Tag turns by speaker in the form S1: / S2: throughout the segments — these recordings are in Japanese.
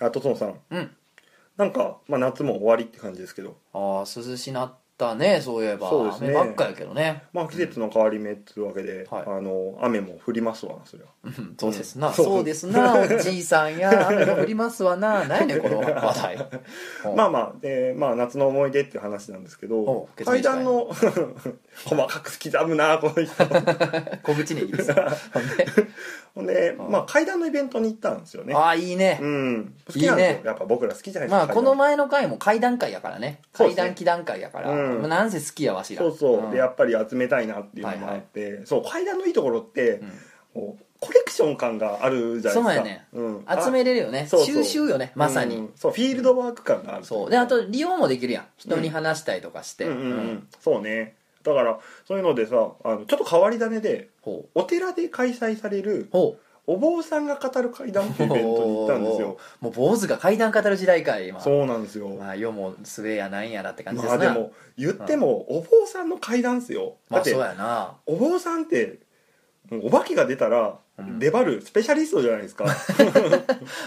S1: あとつのさん
S2: うん
S1: なんか、まあ、夏も終わりって感じですけど、
S2: ああ涼しなったねそういえば
S1: そうですね
S2: 雨ばっかやけどね
S1: まあ、季節の変わり目っつうわけで、
S2: はい
S1: あの雨も降りますわそれは
S2: うんそうですな、
S1: うんそう
S2: そうですなおじいさんや雨が降りますわな何やねんこの話題
S1: ま
S2: あ
S1: あまあ、えーまあ、夏の思い出っていう話なんですけど
S2: お決
S1: 階
S2: 意したい
S1: 段の 細かく刻むなこの人
S2: 小口にいいですほんで
S1: ほんで、
S2: うん
S1: まあ、階段のイベントに行ったんですよね
S2: ああいいね、
S1: うん好きなんで
S2: いい
S1: すよ
S2: ね
S1: やっぱ僕ら好きじゃないです
S2: まあ
S1: 階段
S2: この前の回も階段階やからね
S1: そうで
S2: 階
S1: すね
S2: 段期段階やから、
S1: うん
S2: まあなんせ好きやわしら
S1: そうそう、
S2: ん
S1: でやっぱり集めたいなっていうのもあって、そう階段のいいところって
S2: う、ん
S1: こうコレクション感があるじゃないですか
S2: そうやね
S1: うん
S2: 集めれるよね
S1: そうそう
S2: 収集よねまさに、
S1: うんそうフィールドワーク感がある
S2: そうであと利用もできるやん人に話したりとかして、
S1: うんうんうん
S2: うん
S1: そうねだからそういうのでさあのちょっと変わり種で
S2: ほう
S1: お寺で開催される
S2: ほう
S1: お坊さんが語る会談っていうイベントに行ったんですよ
S2: もう坊主が階段語る時代か今
S1: そうなんですよ
S2: まあ世も末やなんやらって感じで
S1: ますあで
S2: な、
S1: も言ってもお坊さんの会談っすよ
S2: ま
S1: だ
S2: あ
S1: って
S2: そうやな
S1: お坊さんってもうお化けが出たら
S2: うん
S1: 出張るスペシャリストじゃないですか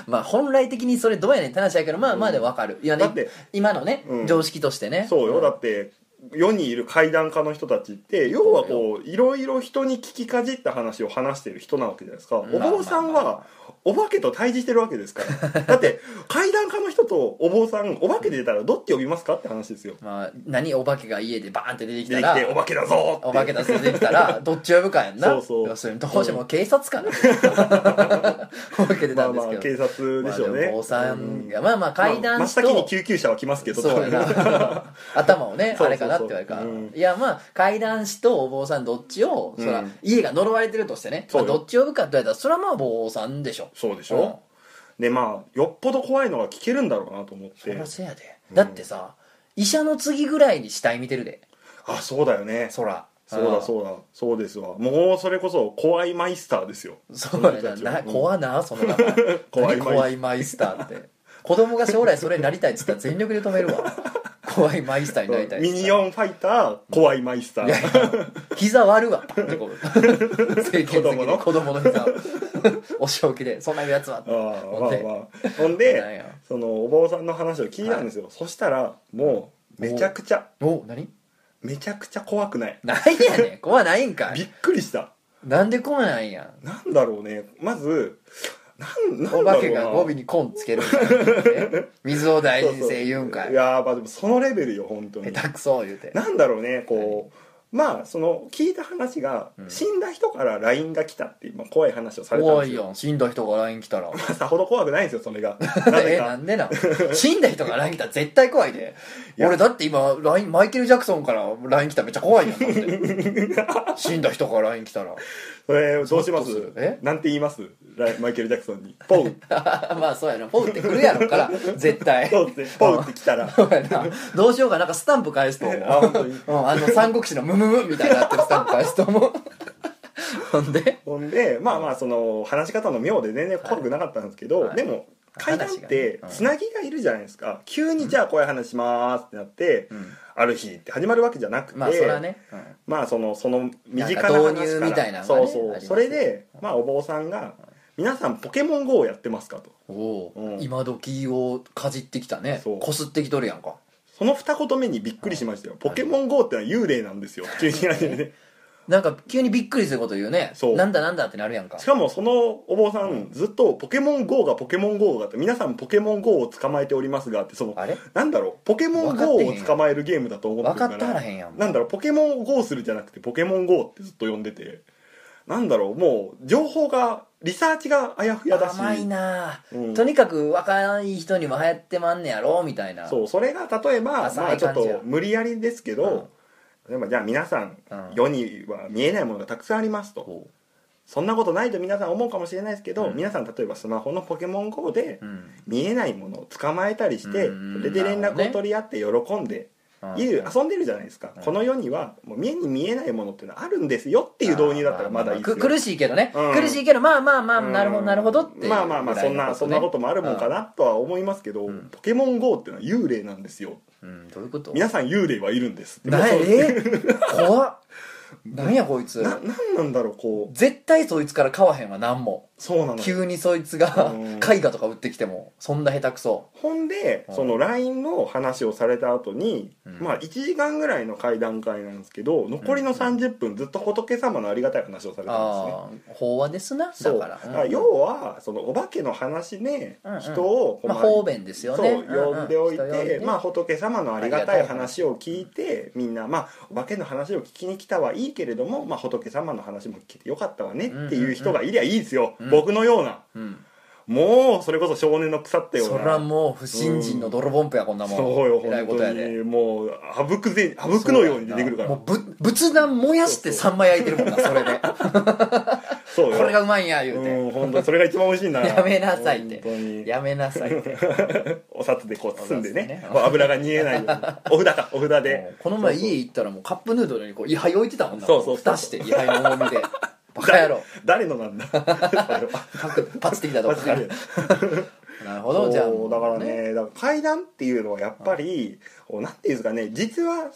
S2: まあ本来的にそれどうやねんって話やけどまあまあでわかる、いや
S1: だっ
S2: ね
S1: て
S2: 今のね、
S1: うん
S2: 常識としてね
S1: そうよだ
S2: だ
S1: って世にいる怪談家の人たちって要はこういろいろ人に聞きかじった話を話してる人なわけじゃないですかお坊さんはお化けと対峙してるわけですから だって怪談家の人とお坊さんお化け出たらどっち呼びますかって話ですよ
S2: まあ何お化けが家でバーンって出てき
S1: 出
S2: た
S1: て
S2: ら
S1: きてお化けだぞー
S2: お
S1: って
S2: 化け出せてき たらどっち呼ぶかやんな
S1: そうそう
S2: 要するにどうしても警察かな お化け出
S1: ま
S2: た
S1: あ
S2: んで
S1: ますあ
S2: け
S1: 警
S2: ど
S1: 察でしょう
S2: まあ
S1: ね
S2: でもお坊さ
S1: うん
S2: がまあまあ階
S1: まあ
S2: 段
S1: 真っ先に
S2: と
S1: 救急車は来ますけど
S2: そうやな 頭をね
S1: そうそ
S2: あ
S1: う
S2: れ
S1: そ
S2: か
S1: う
S2: なって言われるから
S1: うん
S2: いやまあ階段師とお坊さんどっちをそら
S1: うん
S2: 家が呪われてるとしてね
S1: そ
S2: ま
S1: う
S2: あ
S1: よ
S2: どっち呼ぶかって言われたらそれはまあ坊さんでしょ
S1: そうでしょ、でまあよっぽど怖いのが聞けるんだろうなと思っ
S2: うんそ
S1: て
S2: らせやでだってさ医者の次ぐらいに死体見てるで
S1: あそうだよね
S2: そら
S1: そうだ
S2: う
S1: そうだそうですわもうそれこそ怖いマイスターですよ
S2: んそうやなな怖なその名前
S1: 怖いマイ
S2: 何
S1: スタ
S2: 怖
S1: ー
S2: いマイスターって子供が将来それになりたいっつったら全力で止めるわ怖いマイスターになりたいっつ
S1: ミ
S2: ったら
S1: ニオンファイター怖いマイスター、
S2: いやいや膝割るわパンってこ う政権的に子供の膝をお仕置きでそんなやつは
S1: ああま
S2: ほんで
S1: あまあほん
S2: なん
S1: で
S2: や
S1: そのお坊さんの話を聞いたんですよ、そしたらもうめちゃくちゃ
S2: お何
S1: めちゃくちゃ怖くない
S2: ないやねん怖ないんか
S1: びっ
S2: い
S1: くりした
S2: なんで怖ないんやん
S1: なんだろうねまずなんなんだろ
S2: お
S1: うな
S2: 化けが語尾にコンつけるみたいな ね水を大事にせえ言うんか
S1: い
S2: い
S1: やーまあでもそのレベルよ本当に
S2: 下手くそ言うて
S1: なんだろうねこう、まあその聞いた話が、
S2: うん
S1: 死んだ人から LINE が来たっていう、まあ、怖い話をされたん
S2: 怖
S1: です
S2: い
S1: よ
S2: やん死んだ人が LINE 来たら
S1: さほど怖くないんですよそれがなぜ
S2: え
S1: か
S2: なんでなん死んだ人が LINE 来たら絶対怖いで
S1: いや
S2: 俺だって今 LINE マイケル・ジャクソンから LINE 来たらめっちゃ怖い やんだって死んだ人が LINE 来たら
S1: そ れどうしま
S2: ゾッと
S1: す
S2: するえ
S1: なんて言いますライマイケル・ジャクソンに「 ポウ」
S2: まあそうやなポウってくるやろから 絶対
S1: そうですね「ポウ」って来たら
S2: そうやなどうしようかなんかスタンプ返すと思う
S1: あ本当に
S2: うん、あの三国志のムムムみたいになってるスタンプ返すと思 うほんで
S1: ほんでまあまあその話し方の妙で全然怖くなかったんですけど、
S2: はい
S1: でも階段って
S2: 話がねうん
S1: つなぎがいるじゃないですか、急に「じゃあこういう話します」ってなって、
S2: うん
S1: ある日って始まるわけじゃなくて、
S2: まあそれはね、うん
S1: まあそのその身近な
S2: なん
S1: 話
S2: か導
S1: か
S2: 入
S1: ら
S2: みたいなのが
S1: そ
S2: ね
S1: うそ
S2: ありま
S1: う
S2: すね
S1: それでまあお坊さんが「皆さんポケモン GO をやってますか?」と
S2: おお、
S1: うん
S2: 今時をかじってきたね
S1: そう
S2: こすってきとるやんか
S1: その二言目にびっくりしましたよ「ポケモン GO ってのは幽霊なんですよ」急に言われてね
S2: なんか急にびっくりすること言うね
S1: そう
S2: なんだなんだってなるやんか
S1: しかもそのお坊さんずっと「ポケモン GO がポケモン GO が」って「皆さんポケモン GO を捕まえておりますが」ってその
S2: あれ
S1: なんだろうポケモン GO を捕まえるゲームだと思って
S2: 分
S1: る
S2: か
S1: か
S2: ってはら
S1: ら
S2: へんやん
S1: なんだろうポケモンを GO するじゃなくて「ポケモン GO」ってずっと呼んでてなんだろうもう情報がリサーチがあやふやだし
S2: 甘いな、
S1: うん
S2: とにかく若い人にも流行ってまんねやろみたいな
S1: そうそれが例えば
S2: 浅い
S1: まあちょっ
S2: 感じや
S1: と無理やりですけど、例えばじゃあ皆さん、
S2: うん
S1: 世には見えないものがたくさんありますと
S2: おう
S1: そんなことないと皆さん思うかもしれないですけど、
S2: うん
S1: 皆さん例えばスマホの「ポケモン GO」で
S2: うん
S1: 見えないものを捕まえたりして、
S2: うん
S1: それで連
S2: なるほど
S1: 絡
S2: ね
S1: を取り合って喜んで
S2: うん
S1: いる、遊んでるじゃないですか、
S2: うん
S1: この世にはもう目に見えないものっていうのはあるんですよっていう導入だったらまだいいです
S2: く
S1: よ、
S2: 苦しいけどね、
S1: うん
S2: 苦しいけどまあまあまあなるほど
S1: うん
S2: なるほどっていう
S1: まあまあまあそんな、そんなこともあるもんか
S2: な、
S1: なとは思いますけど、
S2: うん
S1: ポケモン GO っていうのは幽霊なんですよ
S2: うん、どういうこと
S1: 皆さん幽霊はいるんです
S2: な
S1: もうそう
S2: え怖っなんやこいつ
S1: ななんなんだろうこ
S2: 絶対そいつから買わへんわ何も
S1: そうなのよ
S2: 急にそいつが
S1: うん
S2: 絵画とか売ってきてもそんな下手くそ
S1: ほんで
S2: うん
S1: その LINE の話をされた後に、
S2: うん
S1: まあ1時間ぐらいの会談会なんですけど残りの30分ずっと仏様のありがたい話をされたんですね
S2: ああ法話ですな
S1: そう
S2: だ
S1: だか
S2: か
S1: らら要はそのお化けの話で
S2: うんうん
S1: 人をこう
S2: まあ
S1: 周り
S2: 方便ですよね
S1: そう呼んでおいて,、
S2: うんうん人呼んで
S1: まあ、仏様のありがたい話を聞いてみんな、まあ、お化けの話を聞きに来たはいいけれども、まあ、仏様の話も聞けてよかったわねっていう人がいりゃいいですよ、
S2: うん
S1: 僕のような
S2: うん
S1: もうそれこそ少年の腐ったよう
S2: そ
S1: な
S2: りゃもう不信心の泥ボンプやこんなもん
S1: そうよ
S2: 偉いこ
S1: 本
S2: と
S1: 当
S2: やで
S1: にもうあぶくぜあぶくのように出てくるから
S2: もうぶ仏壇燃やして三枚焼いてるもんなそれで
S1: そうよ
S2: これがうまいんや言うて
S1: うん本当にそれが一番美味しいんだ
S2: やめなさいって
S1: 本当に
S2: やめなさいって
S1: お札でこう包んでね
S2: そうですね
S1: こう油が逃げ ないようにお札かお札
S2: も
S1: で
S2: うこの前家行ったらもうカップヌードルにこう位牌置いてたもんな
S1: そうそうそう
S2: 蓋して位牌の重みでバカ野郎
S1: 誰の なんだそれは
S2: 各パチってきたとこからなるほどじゃあ
S1: そうだからねだから階段っていうのはやっぱりこうなんていうんですかね実は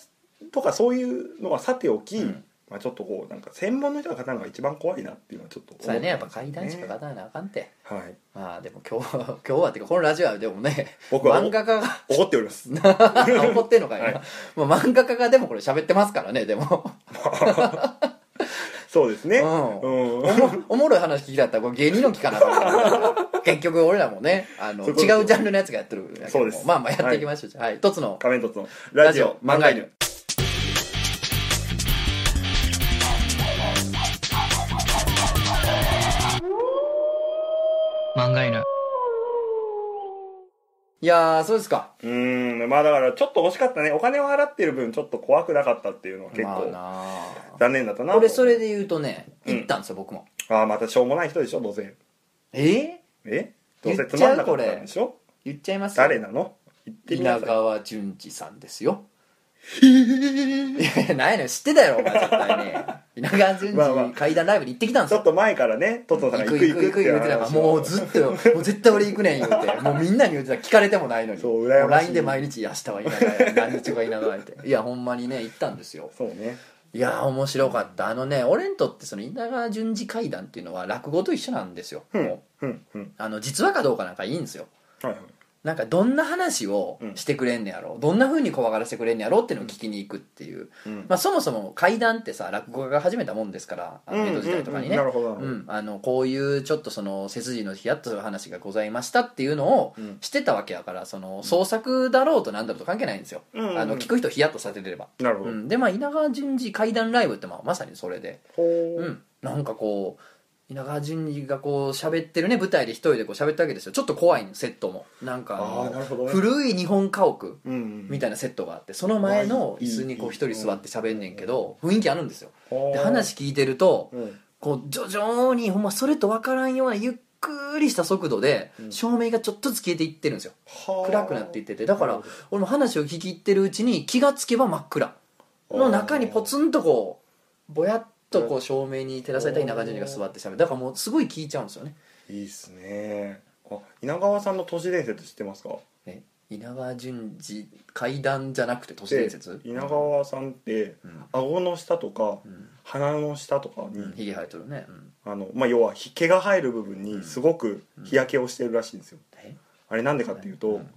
S1: とかそういうのはさておき、
S2: うん
S1: まあ、ちょっとこうなんか専門の人が語るのが一番怖いなっていうのはちょっと思
S2: それねやっぱ
S1: たん
S2: 階
S1: です
S2: 段しか勝たなあかんて
S1: はい
S2: まあでも今日は 今日はっていうかこのラジオはでもね
S1: 僕は
S2: 漫画家が
S1: 怒っております
S2: 怒ってんのかいな、
S1: は
S2: まあ漫画家がでもこれ喋ってますからねでも
S1: そうですね
S2: うん
S1: うん、
S2: おもおもろい話聞きたったらこれ芸人の聞かなあかんから 結局俺らもねあの
S1: そういうこ
S2: 違
S1: とです
S2: うジャンルのやつがやってるんやけども
S1: そうです
S2: まあまあやっていきましょうじゃあはい一つの
S1: 仮面凸のラジオ漫画犬
S2: 漫画犬いやーそうですか
S1: うーんまあだからちょっと惜しかったねお金を払ってる分ちょっと怖くなかったっていうのは結構
S2: まあな
S1: 残念だったな
S2: あ
S1: と
S2: 俺それで言うとね
S1: うん
S2: 行ったんですよ、僕も
S1: ああまたしょうもない人でしょどうせ
S2: え
S1: えどうせ
S2: 言っち
S1: つ
S2: ゃう
S1: まんなかったんでしょ
S2: 言っちゃいます
S1: 誰なの言ってみなさ
S2: 稲
S1: い
S2: 川淳二さんですよいやいやないのよ知ってたやろお前絶対ね 稲川淳
S1: まあまあ
S2: 二階段ライブに行ってきたんで す
S1: ちょ
S2: よ
S1: っと前からねトットさんが行く行くってい
S2: 言
S1: う
S2: うてたから
S1: 話を
S2: もうずっとよもう絶対俺行くねん言うてもうみんなに言うてた聞かれてもないのに
S1: そう
S2: もう
S1: 羨ましい
S2: LINE で毎日「明日は稲川や何日は稲川」っていやほんまにね行ったんですよ
S1: そうね
S2: いやー面白かったあのね俺にとってその稲川淳二階段っていうのは落語と一緒なんですよ、
S1: うん
S2: も
S1: うんうん
S2: うあの実話かどうかなんかいいんですよ
S1: はいはい
S2: なんかどんな話をしてくれんねやろ、どんな風に怖がらせてくれんねやろっていうのを聞きに行くっていう、
S1: うん
S2: まあ、そもそも階段ってさ落語家が始めたもんですからあの江戸時代とかにね、
S1: うんうんうんなるほどなるほど
S2: うんあのこういうちょっとその背筋のヒヤッとする話がございましたっていうのを
S1: うん
S2: してたわけやからその創作だろうとなんだろうと関係ないんですよ、
S1: うんうん
S2: あの聞く人ヒヤッとさせてれば、
S1: なるほ
S2: う
S1: ど
S2: ん、でまあ稲川淳二階段ライブってまあまさにそれで、
S1: ほ
S2: う、
S1: うん
S2: なんかこう稲川淳二がこう喋ってるね舞台で一人でこう喋ったわけですよちょっと怖いのセットもなんかあの
S1: ああなるほどね
S2: 古い日本家屋
S1: うんうん
S2: みたいなセットがあってその前の椅子にこう一人座って喋んねんけど雰囲気あるんですよ
S1: ほう
S2: で話聞いてると
S1: うん
S2: こう徐々にほんまそれと分からんようなゆっくりした速度で
S1: うん
S2: 照明がちょっとずつ消えていってるんですよ
S1: はあ
S2: 暗くなっていっててだか
S1: な
S2: ら
S1: るほど
S2: 俺も話を聞き入ってるうちに気がつけば真っ暗の中にポツンとこうぼやっとこう照明に照らされた稲川淳二が座って喋るだからもうすごい聞いちゃうんですよね
S1: いいっすねあ稲川さんの都市伝説知ってますか
S2: ね稲川淳二階段じゃなくて都市伝説
S1: で稲川さんって
S2: うん
S1: 顎の下とか
S2: うん
S1: 鼻の下とかに、
S2: うんひげ生えとるねうん
S1: あのまあ、要はひ毛が生える部分にすごく日焼けをしてるらしいんですよ、
S2: え
S1: あれなんでかっていうと、
S2: うん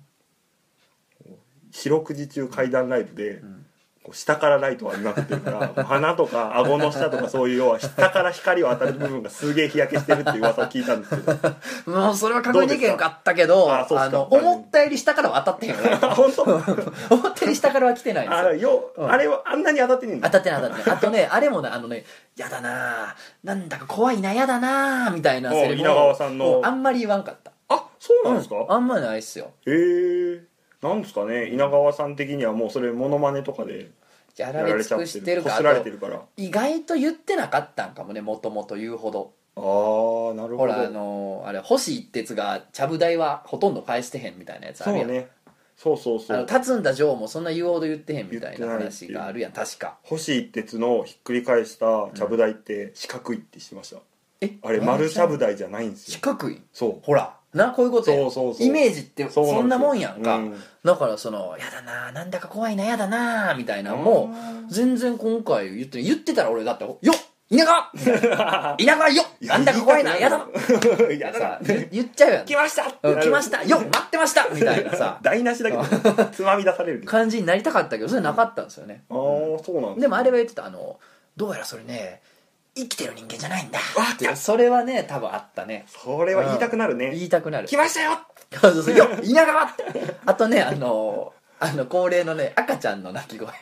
S1: 四六時中怪談ライブで、
S2: ん
S1: こう下からライトを浴びまくってるから 鼻とか顎の下とかそういう要は下から光を当たる部分がすげえ日焼けしてるっていう噂を聞いたんですけ ど
S2: もうそれは確認できへんかったけど
S1: あ
S2: あ
S1: そうっすか
S2: の思ったより下からは当たってへんよ
S1: 本当
S2: 思ったより下からは来てないんです
S1: あ
S2: よ
S1: よ、
S2: うん
S1: あれはあんなに当たってねえん
S2: 当
S1: だ
S2: たってない当たってないあとねあれもねあのねやだなあなんだか怖いなやだなあみたいなセリフ
S1: お
S2: を
S1: 稲川さんの
S2: もうあんまり言わんかった
S1: あそうなんですか、
S2: うんあんまりないっすよ
S1: へえなんですかね稲川さん的にはもうそれモノマネとかで
S2: や
S1: や
S2: ら
S1: ら
S2: れ
S1: れち
S2: 尽
S1: ゃっ
S2: く
S1: て
S2: し
S1: る
S2: てる
S1: こ
S2: か
S1: す
S2: あ
S1: られて
S2: と
S1: るから
S2: 意外と言ってなかったんかもねもともと言うほど
S1: ああなるほど
S2: ほらあのーあれ星一徹がちゃぶ台はほとんど返してへんみたいなやつあ
S1: そう
S2: るやん
S1: ねそうそうそ
S2: あの
S1: う
S2: 立つんだ女王もそんな言うほど言ってへんみたいな
S1: 言ってないって
S2: 話
S1: いう
S2: があるやん確か
S1: 星一徹のひっくり返したちゃぶ台って四角いってしました、
S2: え
S1: あれ丸ちゃぶ台じゃないんです
S2: 四
S1: よ
S2: 角い
S1: そ
S2: ほらなこういうことや
S1: そうそうそう
S2: イメージって
S1: ううですよ
S2: そんなもんやんか
S1: う
S2: だからその「やだななんだか怖いなやだな」みたいなのも
S1: あー
S2: 全然今回言って言ってたら俺だって「よっ田 舎みたいな田舎よなんだか怖いな、
S1: 言
S2: や
S1: いた
S2: だ
S1: くなる やだ
S2: さ
S1: な
S2: 言言っちゃうやん
S1: 来ましたって
S2: う
S1: なんる
S2: 来ましたよ待ってましたみたいなさ
S1: 台無し だけ どつまみ出されるあ
S2: 感じになりたかったけどそれなかったんですよね
S1: あーそうなん
S2: でもあれ
S1: は
S2: は言ってたあのどうやらそれね生きてる人間じゃないんだ
S1: わーって
S2: いやそれはね多分あったね
S1: それは言いたくなるね
S2: 言いたくなる
S1: 来ましたよ
S2: そうそうそうよ稲川ってあとねあのあの恒例のね赤ちゃんの鳴き声
S1: あ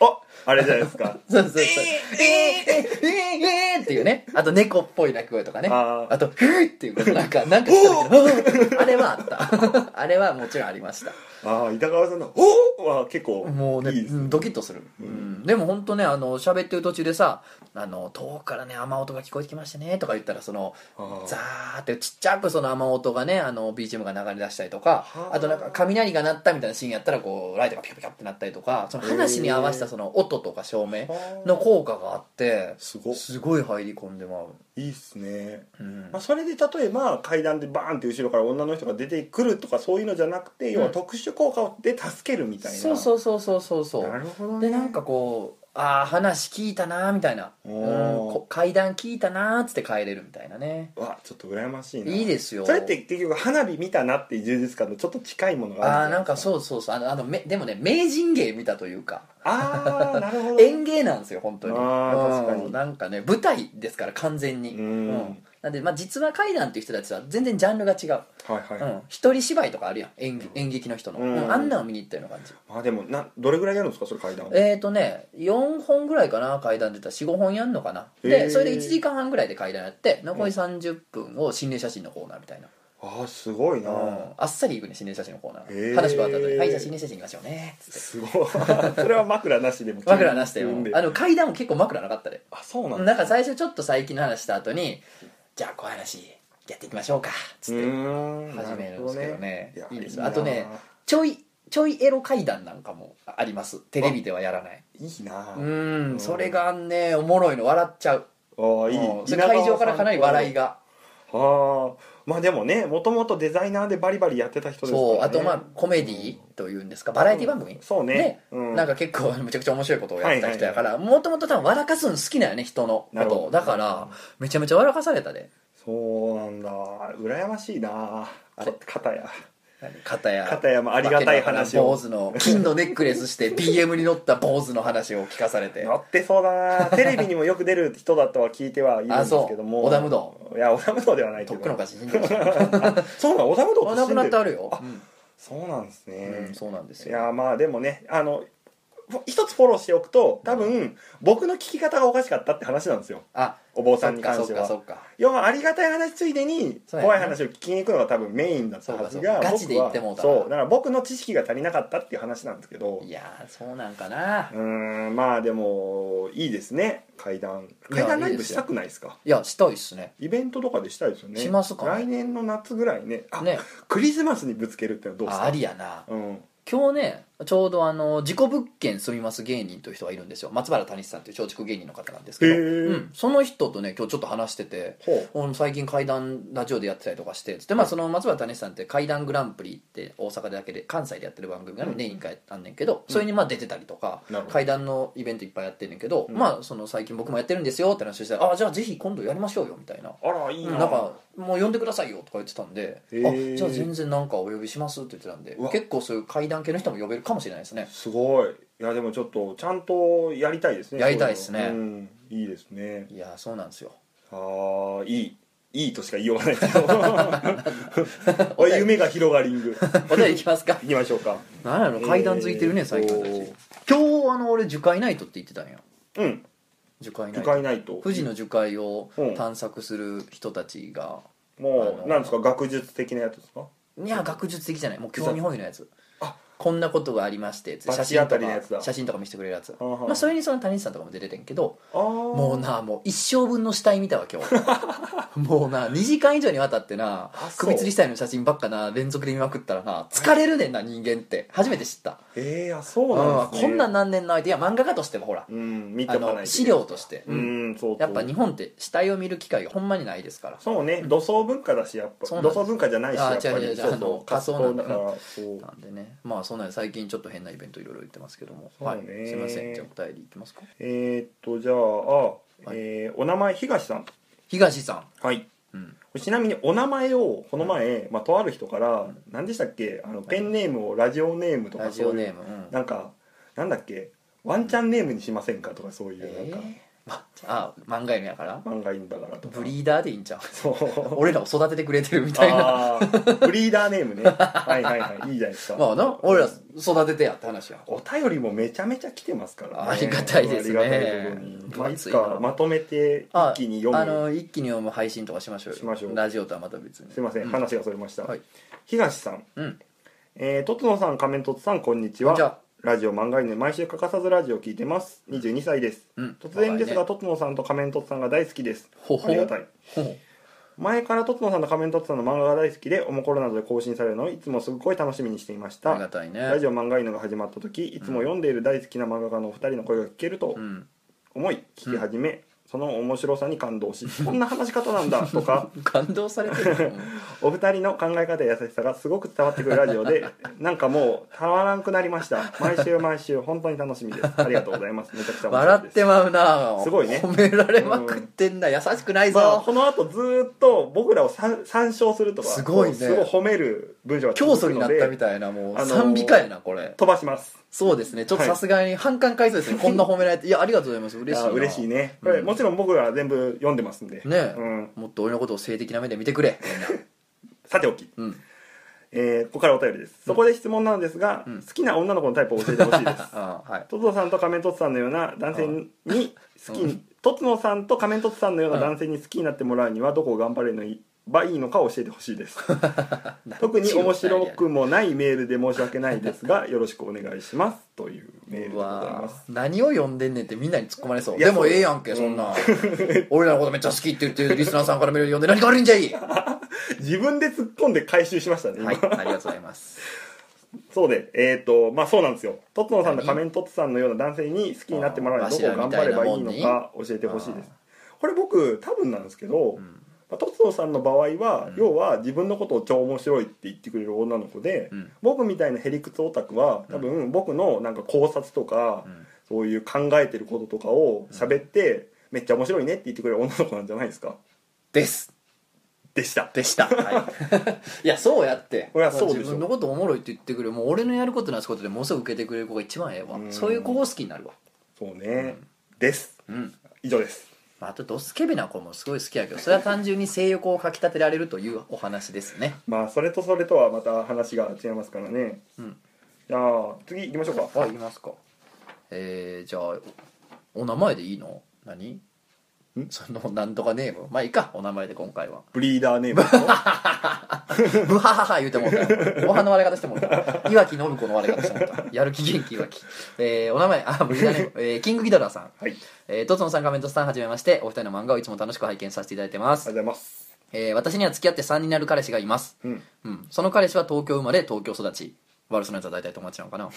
S1: あれじゃないですか
S2: そうそうそう
S1: えー
S2: えーえーえーえーっていうねあと猫っぽい鳴き声とかね
S1: あー
S2: あと「ふー」っていうことなんかなんかしたけどあれはあったあれはもちろんありました
S1: ああ板川さんの「おお!」は結構
S2: もうね
S1: いいです
S2: う
S1: ね
S2: んドキッとする、うんでも本当ねあの喋ってる途中でさ「あの遠くからね雨音が聞こえてきましたね」とか言ったらその
S1: あー
S2: ザーってちっちゃくその雨音がねあの BGM が流れ出したりとか
S1: はあ
S2: あとなんか雷が鳴ったみたいなシーンやったらこうライトがピカピカってなったりとかその話に合わせたその音とか照明の効果があって
S1: すごっ
S2: すごい入り込んでまう、
S1: いいっすね、
S2: うん
S1: まあ、それで例えば階段でバーンって後ろから女の人が出てくるとかそういうのじゃなくて、要は特殊効果で助けるみたいな
S2: そうそうそうそうそうそ
S1: な
S2: う
S1: るほど、ね、
S2: でなんかこうああ話聞いたなーみたいな、うん
S1: おー
S2: こ階段聞いたなーっつって帰れるみたいなね
S1: わちょっと羨ましいない
S2: いですよ
S1: それって結局花火見たなっていう充実感とちょっと近いものが
S2: あ
S1: あ
S2: あ
S1: る
S2: なんか
S1: う
S2: そうそうそうあのあのめでもね名人芸見たというか
S1: ああなるほ ど
S2: 演芸なんですよ本当に
S1: あー
S2: うん
S1: 確かに
S2: なんかね舞台ですから完全に
S1: うん
S2: なんで、まあ、実話怪談っていう人たちは全然ジャンルが違う、
S1: はいはい、
S2: うん、一人芝居とかあるやん演技演劇の人の、
S1: うん
S2: うんあんなの見に行ったような感じ
S1: まあでもなどれぐらいやるんですかそれ階段
S2: えーとね4本ぐらいかな階段出たら45本やんのかな
S1: へ
S2: で
S1: ー
S2: それで1時間半ぐらいで階段やって残り30分を心霊写真のコーナーみたいな、
S1: ああすごいな、
S2: うんあっさり行くね心霊写真のコーナー、
S1: へー
S2: 話変わった後に「はいじゃあ心霊写真行きましょうね」つって
S1: すごい それは枕なしでも
S2: 枕なしでも
S1: 自分
S2: あの階段も結構枕なかったで
S1: あそうなんだ
S2: なんか最初ちょっと最近の話した後に「じゃあこういう話やっていきましょうか」つ
S1: う
S2: って
S1: ーん
S2: 始めるんですけどね
S1: なるほど
S2: いいですよ
S1: な
S2: あとねちょいちょいエロ階段なんかもありますテレビではやらない
S1: いいな
S2: うーんそれがねおもろいの笑っちゃう
S1: ああいい
S2: うんそれ会場からかなり笑い
S1: が
S2: が
S1: ああまあでもねもともとデザイナーでバリバリやってた人ですから、ね、
S2: そうあとまあコメディというんですかバラエティ番組
S1: そうね
S2: ね
S1: うん、
S2: なんか結構むちゃくちゃ面白いことをやってた人やか
S1: は
S2: らもともと多分笑かすの好きなんよね人の
S1: な
S2: こ
S1: るほど
S2: とだからめちゃめちゃ笑かされたで
S1: そうなんだ羨ましいなあれ片や
S2: 片や
S1: 片やもありがたい話を
S2: 坊主の金のネックレスして BM に乗った坊主の話を聞かされて
S1: 乗ってそうだな テレビにもよく出る人だとは聞いてはいるんですけども
S2: あそう織田無道
S1: いや織田無道ではないけ
S2: とっ
S1: ど
S2: くの昔死んでました
S1: そうなん織田無道
S2: あ
S1: と
S2: 亡くなってあ
S1: る
S2: るよ
S1: あ
S2: うん
S1: そうなんですね、
S2: うんそうなんです
S1: い
S2: よ
S1: やまあでもねあのふ一つフォローしておくと多分僕の聞き方がおかしかったって話なんですよ
S2: あ
S1: お坊さ
S2: そ
S1: ん
S2: っ
S1: に
S2: か
S1: 関
S2: そっ
S1: して
S2: かそ
S1: は
S2: っか
S1: 要はありがたい話ついでに
S2: そうやね
S1: 怖い話を聞きに行くのが多分メインだったはずが
S2: そうかそうかガチで行っても
S1: 僕
S2: う
S1: は
S2: た
S1: そうだから僕の知識が足りなかったっていう話なんですけど
S2: いやーそうなんかな
S1: うーんまあでもいいですね階段
S2: いや
S1: 階段ラ
S2: い
S1: イ
S2: いで
S1: ブ
S2: す
S1: し
S2: よ
S1: たくないですか
S2: いやしたいっすね
S1: イベントとかでしたいですよね
S2: しますか
S1: 来年の夏ぐらいねあ
S2: ね
S1: クリスマスにぶつけるってのはどうです
S2: あ
S1: か
S2: ありやな
S1: うん
S2: 今日ねちょうどあの自己物件住みます芸人という人がいるんですよ松原谷さんという松竹芸人の方なんですけど、
S1: へー
S2: うん、その人とね今日ちょっと話してて
S1: ほう
S2: 俺も最近怪談ラジオでやってたりとかしてつって、まあ、その松原谷さんって怪談グランプリって大阪だけで関西でやってる番組がね
S1: うん
S2: 年1回あんねんけどそれにまあ出てたりとか
S1: なるほど
S2: 怪談のイベントいっぱいやってんねんけど、
S1: うん
S2: まあその最近僕もやってるんですよって話をしたら「あじゃあぜひ今度やりましょうよ」みたいな。
S1: あらいい
S2: うん
S1: な
S2: なんかもう呼んでくださいよとか言ってたんで「
S1: へー
S2: あじゃあ全然なんかお呼びします」って言ってたんで
S1: うわ
S2: 結構そういう怪談系の人も呼べるかもしれないですね
S1: すごいいやでもちょっとちゃんとやりたいですね
S2: やりたいですね
S1: そういうのうんいいですね
S2: いやそうなんですよ
S1: ああいいいいとしか言いようがないですけど おい夢が広がりング
S2: お便りいきま すか
S1: いきましょうか
S2: 何やろ階段続いてる
S1: え
S2: ね
S1: ー
S2: 最近私
S1: こ
S2: 今日あの俺樹海ナイトって言ってたんよ
S1: ううん
S2: 樹海ナ
S1: 樹
S2: イト
S1: 海ナイト
S2: 富士の樹海を
S1: うん
S2: 探索する人たちが
S1: も
S2: あの
S1: うなんですか学術的なやつですか
S2: いや学術的じゃないもう興味本位のやつ
S1: あ
S2: こんなことがありましてつって写
S1: 罰
S2: 真
S1: 当た
S2: と
S1: りのやつ
S2: か
S1: だ
S2: 写真とか見せてくれるやつ
S1: はあはあ
S2: まあそれにその谷さんとかも出ててんけど
S1: ああ
S2: も
S1: も
S2: うなもう一生分の死体見たわ今日 もうな2時間以上にわたってな
S1: あそう
S2: 首吊り死体の写真ばっかな連続で見まくったらな疲れるねんな人間って初めて知った
S1: ええあそう
S2: うん
S1: なんですね
S2: こんなん何年の間いや漫画家としてもほら
S1: うん見て
S2: あ
S1: おかな
S2: の
S1: い
S2: 資料として、
S1: う
S2: うん
S1: んそうそう
S2: やっぱ日本って死体を見る機会がほんまにないですから
S1: そうね土葬文化だしやっ
S2: そう
S1: ぱ
S2: なんで
S1: 土
S2: す
S1: 葬文化じゃないし
S2: あ
S1: やっぱ
S2: 違う違う違う
S1: りそう
S2: あの
S1: そう
S2: 仮想なんだ
S1: だからそう
S2: なんでねまあそんなんで最近ちょっと変なイベントいろいろ言ってますけども、
S1: そう
S2: はい
S1: ね、
S2: すいませんじゃあお便りいきますか
S1: えー、っとじゃああ
S2: はい
S1: えーお名前東さん
S2: 東さ
S1: はい
S2: ん、うん、
S1: ちなみにお名前をこの前、まあ、とある人から、何でしたっけあのペンネームをラジオネームと
S2: ラ
S1: か
S2: ジ
S1: そ
S2: オ
S1: う
S2: ネ
S1: い
S2: ー
S1: う
S2: ム、うん
S1: なんかなんだっけワンチャンネームにしませんかとかそういうなんか、
S2: えーまあ漫画犬やから
S1: 漫画いいんだからとか
S2: ブリーダーでいいんちゃう
S1: そう
S2: 俺らを育ててくれてるみたいな
S1: あーブリーダーネー ムねはいはいはいいいじゃないですか
S2: まあな俺ら育ててやって話や
S1: お便りもめちゃめちゃ来てますから、
S2: ありがたいですね
S1: ありがたいことに、まあ、いつ
S2: 分厚い
S1: か
S2: な
S1: まとめて
S2: あ
S1: 一気に読
S2: あ
S1: む
S2: の一気に読む配信とかしましょうよ
S1: しましょう
S2: ラジオとはまた別に
S1: すいません、
S2: う
S1: 話がそれました、
S2: はい
S1: 東さん、
S2: うん
S1: えー、とつのさん仮面とつさんこんにち
S2: こんにち
S1: は
S2: は
S1: ラジオ漫画犬毎週欠かさずラジオ聞いてます22歳です、
S2: うん
S1: 突然です
S2: ま
S1: が、とつのさんと仮面とつさんが大好きです
S2: ほほ
S1: ありがたい
S2: あね
S1: 前からとつのさんと仮面とつさんの漫画が大好きでおもころなどで更新されるのをいつもすごい楽しみにしていまし
S2: ほうありが
S1: た
S2: たいね
S1: ラジオ漫画犬が始まった時いつも読んでいる大好きな漫画家のお二人の声が聞けると
S2: うん
S1: 思い聞き始め、その面白さに感動しこんな話し方なんだと か
S2: 感動されてる
S1: お二人の考え方や優しさがすごく伝わってくるラジオ でなんかもうたまらんくなりました毎週毎週本当に楽しみですありがとうございますめちゃくちゃ面白
S2: 笑
S1: いで
S2: っ
S1: す
S2: てまうな
S1: すごいね
S2: 褒められまくってんな優しくない
S1: まあ、
S2: ぞ
S1: この後ずーっと僕らを参参照するとか
S2: すごいね
S1: こうすごい褒める文章が
S2: 競争になったみ
S1: たい
S2: たいなも
S1: あの
S2: う
S1: ー
S2: 賛美歌やなこれ
S1: 飛ばします
S2: そうですねちょっとさすがに反感回数ですねこんな褒められていやありがとうございます嬉しい
S1: あ
S2: な
S1: ー嬉しいねこれ、
S2: うん
S1: もちろん僕ら全部読んでますんで、
S2: ね
S1: うん、
S2: もっと俺のことを性的な目で見てくれ
S1: さておき
S2: みんなうん
S1: えーここからお便りですそこで質問なのですが、
S2: うん
S1: 好きな女の子のタイプを教えてほしいです
S2: あはい
S1: トツノさんと仮面トツさんのような男性に好き
S2: う
S1: にトツノさんと仮面トツさんのような男性に好きになってもらうにはどこを頑張ればいいのか教えてほしいです 特に面白くもないメールで申し訳ないですがよろしくお願いしますというメールで
S2: う
S1: ござい
S2: わ
S1: ま
S2: ー
S1: す
S2: 何を読んでんねんってみんなに突っ込まれそう
S1: いや
S2: でも
S1: そう
S2: ええやんけそんな俺らのことめっちゃ好きって言ってるリスナーさんからメール読んで何が悪いんじゃいは
S1: 自分で突っ込んで回収しましたね、
S2: い
S1: 今
S2: ありがとうございます
S1: そうでえっ、とまあそうなんですよトツノさんと仮面トツさんのような男性に好きになってもらうにはどこを頑張ればいいのか教えてほしいですこれ僕多分なんですけど、
S2: うん
S1: まあ、トツノさんの場合は、
S2: うん
S1: 要は自分のことを超面白いって言ってくれる女の子で、
S2: うん
S1: 僕みたいなへりくつオタクは多分僕のなんか考察とか、
S2: うん
S1: そういう考えてることとかを喋って、めっちゃ面白いねって言ってくれる女の子なんじゃないですか
S2: です
S1: でした
S2: でした、い、やそうやって
S1: これはそうでしょ
S2: 自分のことおもろいって言ってくれるもう俺のやることなすことでもうすぐ受けてくれる子が一番ええわ
S1: うん
S2: そういう子を好きになるわ
S1: そうね、です
S2: うん
S1: 以上です
S2: まああとドスケベな子もすごい好きやけどそれは単純に性欲をかき立てられるというお話ですね
S1: まあそれとそれとはまた話が違いますからね、
S2: うん
S1: じゃあ次行きましょうか
S2: あ言いますかえー、じゃあおお名前でいいの何そのなんとかネームまあいいかお名前で今回は
S1: ブリーダーネー ムは
S2: ブハハハ言うてもうたご飯の割れ方してもうた岩木信子の割れ方してもうたやる気元気岩木えー、お名前あ無理だね、えー、キングギドラさん
S1: いありが
S2: えー、トツノさんカメントさんはじめましてお二人の漫画をいつも楽しく拝見させていただいてま
S1: とう
S2: す、
S1: ございます
S2: えー、私には付き合って3人になる彼氏がいます
S1: うん
S2: うん、その彼氏は東京生まれ東京育ち悪そうなやつは大体友達なの かな、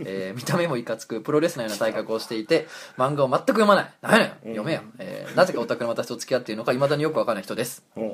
S2: えー見た目もいかつくプロレスのような体格をしていて漫画を全く読まない何やねん読めよ、えーなぜかオタクの私と付き合っているのかいまだによくわからない人です、
S1: うん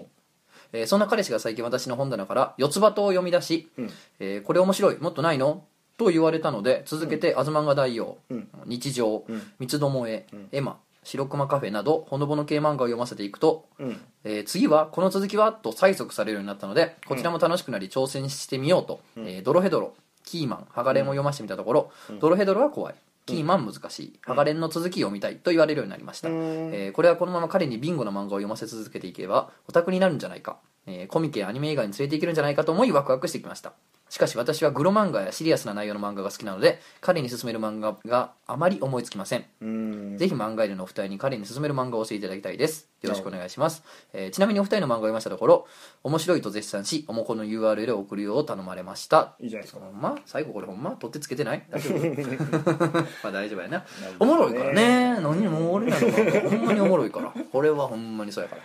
S2: えーそんな彼氏が最近私の本棚から四つ葉とを読み出し、
S1: うん
S2: えーこれ面白いもっとないのと言われたので続けて「アズマンガ大王」
S1: うん
S2: 日常」
S1: うん
S2: 三つどもえ」エマ」「白熊カフェ」などほのぼの系漫画を読ませていくと
S1: うん
S2: えー次はこの続きはと催促されるようになったのでこちらも楽しくなり挑戦してみようと、えードロヘドロキーマンハガレンを読ませてみたところ、ドロヘドロは怖いキーマン難しい、ハガレンの続き読みたいと言われるようになりました、
S1: う
S2: え
S1: ん
S2: ーこれはこのまま彼にビンゴの漫画を読ませ続けていけばオタクになるんじゃないか、えーコミケやアニメ映画に連れていけるんじゃないかと思いワクワクしてきましたしかし私はグロ漫画やシリアスな内容の漫画が好きなので彼に勧める漫画があまり思いつきません
S1: うん
S2: ぜひ漫画犬のお二人に彼に勧める漫画を教えていただきたいです。よろしくお願いします。えーちなみにお二人の漫画を読みましたところ、面白いと絶賛し、おもこの URL を送るよう頼まれました。
S1: いいじゃないですか
S2: ほんま最後これほんま取ってつけてない大丈夫 まあ大丈夫やな。
S1: ほど
S2: お
S1: ね
S2: もろいからね。何もう俺らの漫画ほんまにおもろいから。これはほんまにそうやから。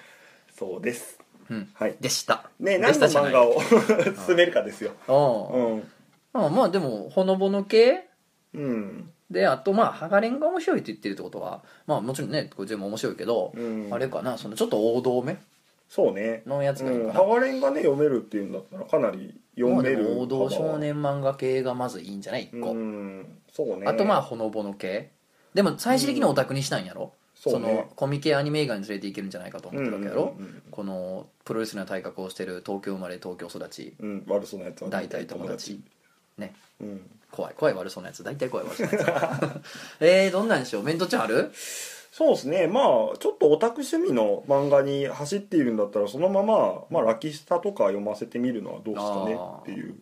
S1: そうです
S2: うん。
S1: はい
S2: でした。
S1: ね
S2: で
S1: 何
S2: し
S1: の
S2: たじゃな
S1: 漫
S2: い
S1: 画を 進めるかですよ
S2: あ
S1: うん
S2: あ、まあまあでも、ほのぼの系
S1: うん
S2: で、あとまあ、ハガレンが面白いって言ってるってことは、まあもちろんね、これ全部面白いけど、
S1: うん
S2: あれかな、そのちょっと王道め
S1: そうね
S2: のやつがいいか
S1: うん
S2: な。
S1: ハガレンがね読めるっていうんだったらかなり読
S2: まあ
S1: め
S2: で
S1: る
S2: も王道
S1: 幅は
S2: 少年漫画系がまずいいんじゃない1個、
S1: うんそうね
S2: あとまあほのぼの系でも最終的にオタクにしたいんやろ、
S1: そ
S2: そう
S1: ね
S2: のコミケアニメ映画に連れていけるんじゃないかと思ってるわけやろ、
S1: うんうんうん
S2: このプロレスの体格をしてる東京生まれ東京育ち
S1: うん悪そうなやつは
S2: 大体友達ね
S1: うん
S2: 怖い怖い悪そうなやつ大体怖い悪そうな やつえー、どんなんでしょうメントちゃんある
S1: そうですねまあちょっとオタク趣味の漫画に走っているんだったらそのまま、まあ、ラキスタとか読ませてみるのはどうですかねっていう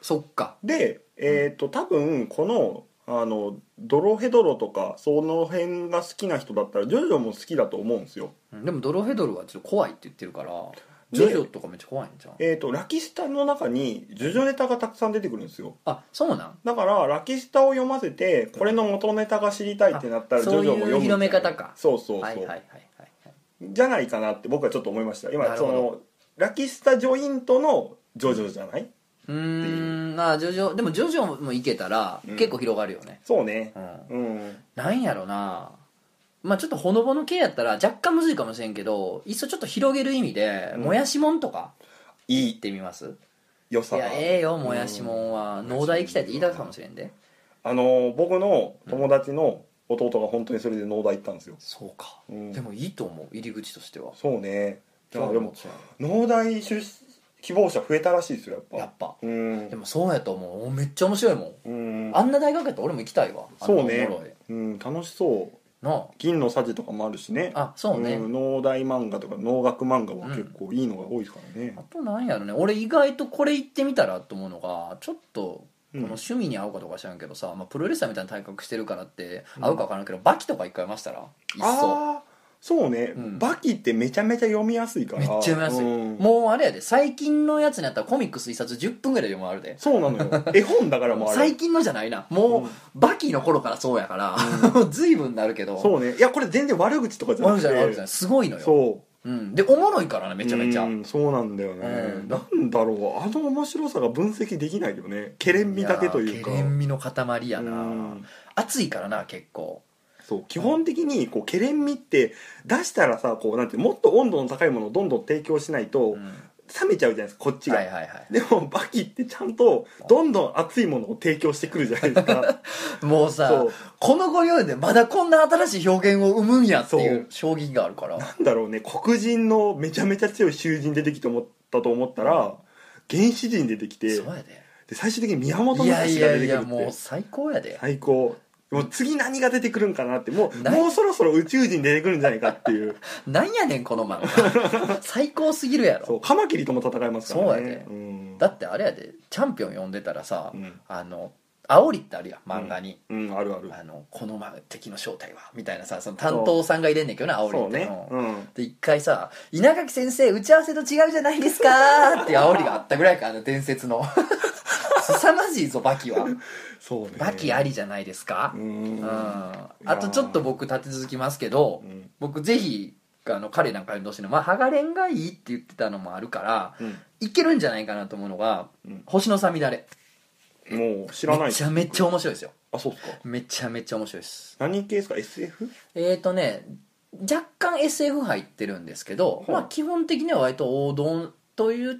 S2: そっか
S1: でえっ、と多分このあのドロヘドロとかその辺が好きな人だったらジョジョも好きだと思うんですよ
S2: うんでもドロヘドルはちょっと怖いって言ってるから
S1: で
S2: ジョジョとかめっちゃ怖いんじゃん
S1: えっ、とラキスタの中にジョジョネタがたくさん出てくるんですよ
S2: あそうなん
S1: だからラキスタを読ませてこれの元ネタが知りたいってなったら
S2: あ
S1: ジョジョも読むんじゃな
S2: そういう広め方か
S1: そうそうそう、
S2: はいはいはいはいはい
S1: じゃないかなって僕はちょっと思いました
S2: な
S1: 今
S2: る
S1: そ
S2: ほど
S1: のラキスタジョイントのジョジョじゃないう
S2: ーんまあジョジョでもジョジョもいけたら
S1: うん
S2: 結構広がるよね、
S1: そうね
S2: うん、
S1: うん
S2: なんやろなまあちょっとほのぼの系やったら若干むずいかもしれんけどいっそちょっと広げる意味で、
S1: うん
S2: もやしもんとか
S1: い
S2: 行
S1: い
S2: ってみます
S1: 良
S2: い
S1: さが
S2: やええよもやしもんは
S1: ん
S2: 農大行きたいって言い出すかもしれんで
S1: あのー僕の友達の弟が本当にそれで農大行ったんですよ、
S2: そうか
S1: うん
S2: でもいいと思う入り口としては
S1: そうねいや
S2: 興
S1: で
S2: 味持
S1: も
S2: つわ
S1: 農大出希望者増えたらしいですよやっぱ
S2: やっぱ
S1: うん
S2: でもそうやと思うおめっちゃ面白いもん
S1: うん
S2: あんな大学やったら俺も行きたいわあんな
S1: そうね
S2: おもろい
S1: うん楽しそう
S2: な
S1: 銀のさじとかもあるしね
S2: ああそうね、
S1: ん農大漫画とか農学漫画は結構いいのが多いですからね
S2: あ、となんやろね俺意外とこれ行ってみたらと思うのがちょっとこ
S1: うん
S2: の趣味に合うかとか知らんけどさ、まあ、プロレスラーみたいな体格してるからって合うか分からんけど、バキとか一回ましたらいっそ
S1: ああそうね、
S2: うん
S1: バキってめちゃめちゃ読みやすいから
S2: めっちゃ読みやすい、
S1: うん
S2: もうあれやで最近のやつになったらコミックス一冊10分ぐらいで読むあるで
S1: そうなの よ絵本だからもうあれ
S2: 最近のじゃないなもう、
S1: うん
S2: バキの頃からそうやから、もう随分なるけど
S1: そうねいやこれ全然悪口とかじゃな
S2: 悪
S1: く
S2: じ
S1: て
S2: ゃない悪じゃないすごいのよ、
S1: そう
S2: うん、でおもろいからねめちゃめちゃ、
S1: うんそうなんだよね、
S2: うん
S1: なんだろうあの面白さが分析できないよねケレン味だけというか
S2: やーケレン味の塊やな、
S1: うん
S2: 熱いからな結構
S1: そう基本的にこうケレン味って出したらさこうなんてもっと温度の高いものをどんどん提供しないと
S2: うん
S1: 冷めちゃうじゃないですかこっちが、
S2: はいはいはい
S1: でもバキってちゃんとどんどん熱いものを提供してくるじゃないですか
S2: もうさ
S1: そう
S2: このご用意でまだこんな新しい表現を生むんやっていう衝撃があるから
S1: なんだろうね黒人のめちゃめちゃ強い囚人出てきて思ったと思ったら原始人出てきて
S2: そうやで
S1: で最終的に宮本武
S2: い
S1: 蔵
S2: や
S1: が出て
S2: い
S1: くるっ
S2: や
S1: て
S2: いやもう最高やで
S1: 最高もう次何が出てくるんかなってもう
S2: ない
S1: もうそろそろ宇宙人出てくるんじゃないかって いう
S2: なんやねんこの漫 画最高すぎるや
S1: そ
S2: ろ
S1: うカマキリとも戦いますからね
S2: そうやで
S1: うん
S2: だってあれやでチャンピオン読んでたらさ
S1: うん
S2: あの煽りってあるやん漫画に
S1: うんあるある
S2: あのこのま敵の正体はみたいなさその担当さんが入れんねんけどな
S1: そ
S2: 煽
S1: う
S2: りって
S1: ね
S2: の
S1: うん
S2: で一回さ「稲垣先生打ち合わせと違うじゃないですか」っていう煽りがあったぐらいかあの伝説 の凄まじいぞバキは
S1: そうね
S2: バキありじゃないですか
S1: う
S2: うんんあとちょっと僕立て続きますけど
S1: うん
S2: 僕ぜひあの彼なんかにどうしてもまあハガレンがいいって言ってたのもあるから
S1: うん
S2: いけるんじゃないかなと思うのが
S1: うん
S2: 星のさみだれ
S1: もう知らない
S2: めちゃめちゃ面白いですよ
S1: あそうっすか
S2: めちゃめちゃ面白いです
S1: 何系ですか SF?
S2: えーとね若干 SF 入ってるんですけど、
S1: ほう
S2: まあ、基本的には割と王道と言っ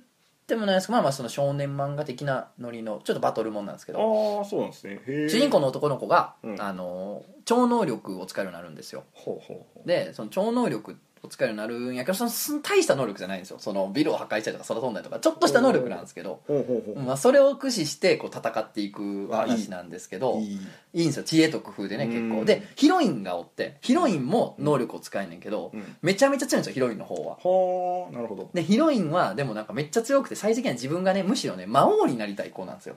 S2: てもないですけど、まあ、まあその少年漫画的なノリのちょっとバトルもんなんですけ
S1: あ
S2: ど
S1: あそうなんですねへえ
S2: 主人公の男の子が、
S1: うん
S2: あの超能力を使えるようになるんですよ
S1: ほうほうほ
S2: でその超能力を使えるようになるんやけどそのその大した能力じゃないんですよそのビルを破壊したりとか空飛んだりとかちょっとした能力なんですけど、
S1: うほうほうほ
S2: まあ、それを駆使してこう戦っていく
S1: あいい
S2: 話なんですけど
S1: ういい
S2: いいんですよ知恵と工夫でね結
S1: う
S2: 構
S1: ん
S2: でヒロインがおってヒロインも能力を使えんねんけど、
S1: うん
S2: めちゃめちゃ強いんですよヒロインの方は
S1: はあなるほど
S2: でヒロインはでもなんかめっちゃ強くて最終的には自分がねむしろね魔王になりたい子なんですよ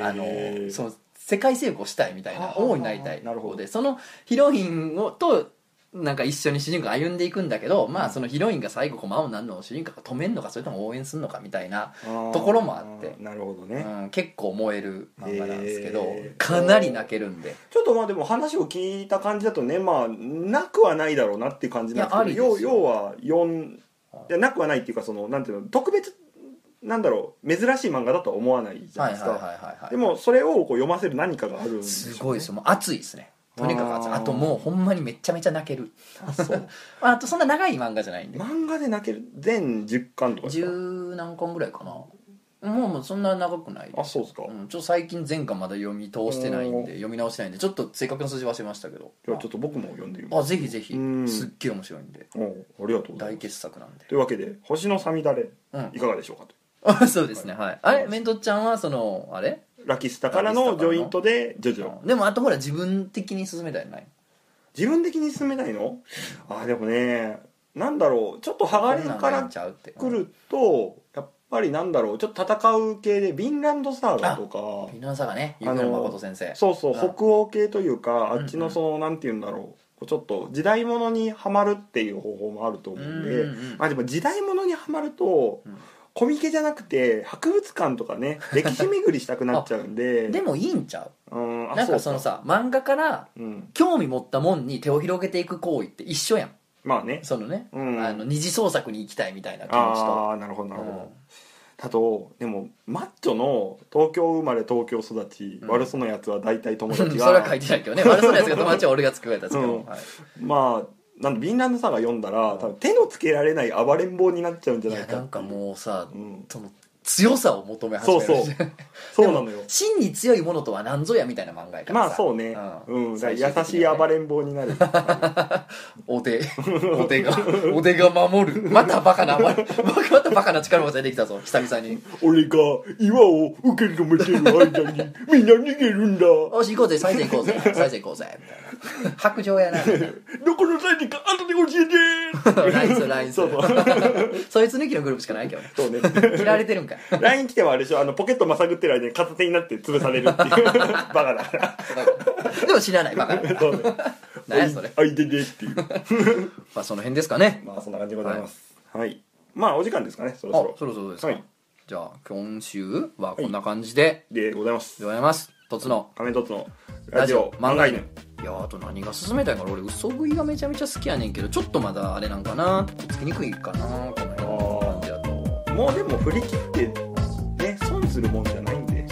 S2: あ
S1: へ
S2: の
S1: え
S2: その世界征服をしたいみたい
S1: は
S2: な
S1: あ
S2: 王になりたい
S1: なるほ
S2: 子
S1: ど
S2: でそのヒロインをとなんか一緒に主人公歩んでいくんだけど、まあ
S1: うん
S2: そのヒロインが最後こう魔王になるのを主人公が止めんのかそれとも応援するのかみたいな、
S1: あー
S2: ところもあって
S1: なるほどね、
S2: うん、結構燃える漫画なんですけど、
S1: へえ
S2: かなり泣けるんで
S1: ちょっとまあでも話を聞いた感じだとねまあなくはないだろうなっていう感じなんですけど
S2: いやあ
S1: 要
S2: りですよ
S1: 要は4
S2: はい
S1: いやなくはないっていうかそのなんていうの特別なんだろう珍しい漫画だとは思わないじゃないです
S2: はいはい
S1: か
S2: はいはい、はい、
S1: でもそれをこう読ませる何かがあるんでしょうね
S2: すごいですよもう熱いですねとにかく熱い
S1: あー
S2: あともうほんまにめちゃめちゃ泣ける
S1: あそう
S2: ああとそんな長い漫画じゃないんで
S1: 漫画で泣ける全10巻とかですか
S2: 十何巻ぐらいかなもうもうそんな長くない
S1: あそうですか、
S2: うん、ちょっと最近前回まだ読み通してないんで読み直してないんでちょっと正確な数字忘れましたけど
S1: じゃあちょっと僕も読んでみ
S2: あ
S1: ます
S2: ぜひぜひ
S1: うん
S2: すっげえ面白いんで
S1: おうありがとうございます
S2: 大傑作なんで
S1: というわけで「星のさみだれ
S2: う」ん
S1: いかがでしょうかと
S2: あ そうですねはいあれメントちゃんはそのあれ
S1: ラキスタからのジョイントでジョジョ
S2: でもあとほら自分的に進めたいない
S1: 自分的に進めないのあでもねなんだろうちょっとハ
S2: こ
S1: ガ
S2: ん
S1: レン
S2: なん
S1: か
S2: がいいん
S1: ら
S2: ちゃうって
S1: 来るとやっぱりなんだろうちょっと戦う系でヴィンランドサーガとか
S2: 皆さんがねゆうの誠先生
S1: そうそう
S2: うん
S1: 北欧系というかあ
S2: うん
S1: っちのそのなんて言うんだろうちょっと時代物にはまるっていう方法もあると思うん
S2: う
S1: で
S2: んうんうん
S1: まあでも時代物にはまると
S2: うん
S1: コミケじゃなくて博物館とかね 歴史巡りしたくなっちゃうんで
S2: でもいいんちゃ
S1: うん
S2: う
S1: あ
S2: なんかそのさ漫画から
S1: そうかうん
S2: 興味持ったもんに手を広げていく行為って一緒やん
S1: まあね
S2: そのね、
S1: うん
S2: あの二次創作に行きたいみたいな気持ちと
S1: ああーなるほどなるほ
S2: うん
S1: どあとでもマッチョの東京生まれ東京育ち、
S2: うん
S1: 悪そうなやつは大体友
S2: そ
S1: 達
S2: れ
S1: が
S2: は書いてない けどね悪そうなやつが友達は俺が作られたやつけど、
S1: うん
S2: はい
S1: まあなんでビンランドさんが読んだら多分手のつけられない暴れん坊になっちゃうんじゃ
S2: い
S1: ない
S2: や
S1: か
S2: なんかもうさ、
S1: うん、
S2: その強さを求め始める
S1: そうそうそうなのよ
S2: 真に強いものとは何ぞやみたいな漫画やからさ
S1: まあそうね、うんだから優しい暴
S2: れ
S1: れん坊になる
S2: お 手お手がお手が守るま たバカな暴れまたバカな力が出てきたぞ久々に
S1: 俺が岩を受け止めてる間にみんな逃げる んだ
S2: よし行こうぜ最善行こう ぜ最善行こうぜみたいな白状 やなみたいな
S1: どこのサイズか後で教えて
S2: ラインスラインス
S1: そうそう
S2: そいつ抜きのグループしかないけどね
S1: そうね
S2: 切られてるん かい
S1: LINE 来てもあれでしょあのポケットまさぐってる間に片手になって潰されるっていうバカだから
S2: でも知らないバカだから
S1: そうね
S2: 何やそれ
S1: あいででっていう
S2: まあその辺ですかね
S1: まあそんな感じでございますはい、まあお時間ですかねそ
S2: あ
S1: ろそろ
S2: そろそろですか、
S1: はい
S2: じゃあ今週はこんな感じで
S1: でございます
S2: でございますとつの
S1: 仮面凸のラジオ漫画犬
S2: いやーあと何が進めたいから俺嘘食いがめちゃめちゃ好きやねんけどちょっとまだあれなんかなとっつきにくいかなこの辺の感じだと
S1: もうでも振り切ってね損するもんじゃないんで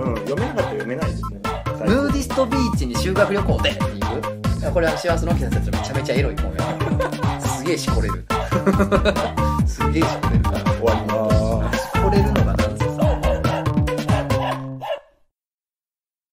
S1: うん読めなかったら読めないですね最
S2: ム
S1: 後
S2: ーディストビーチに修学旅行でっていうこれは幸せの大きな説めちゃめちゃ エロい本やすげえしこれるすげえしこれるから
S1: 終わります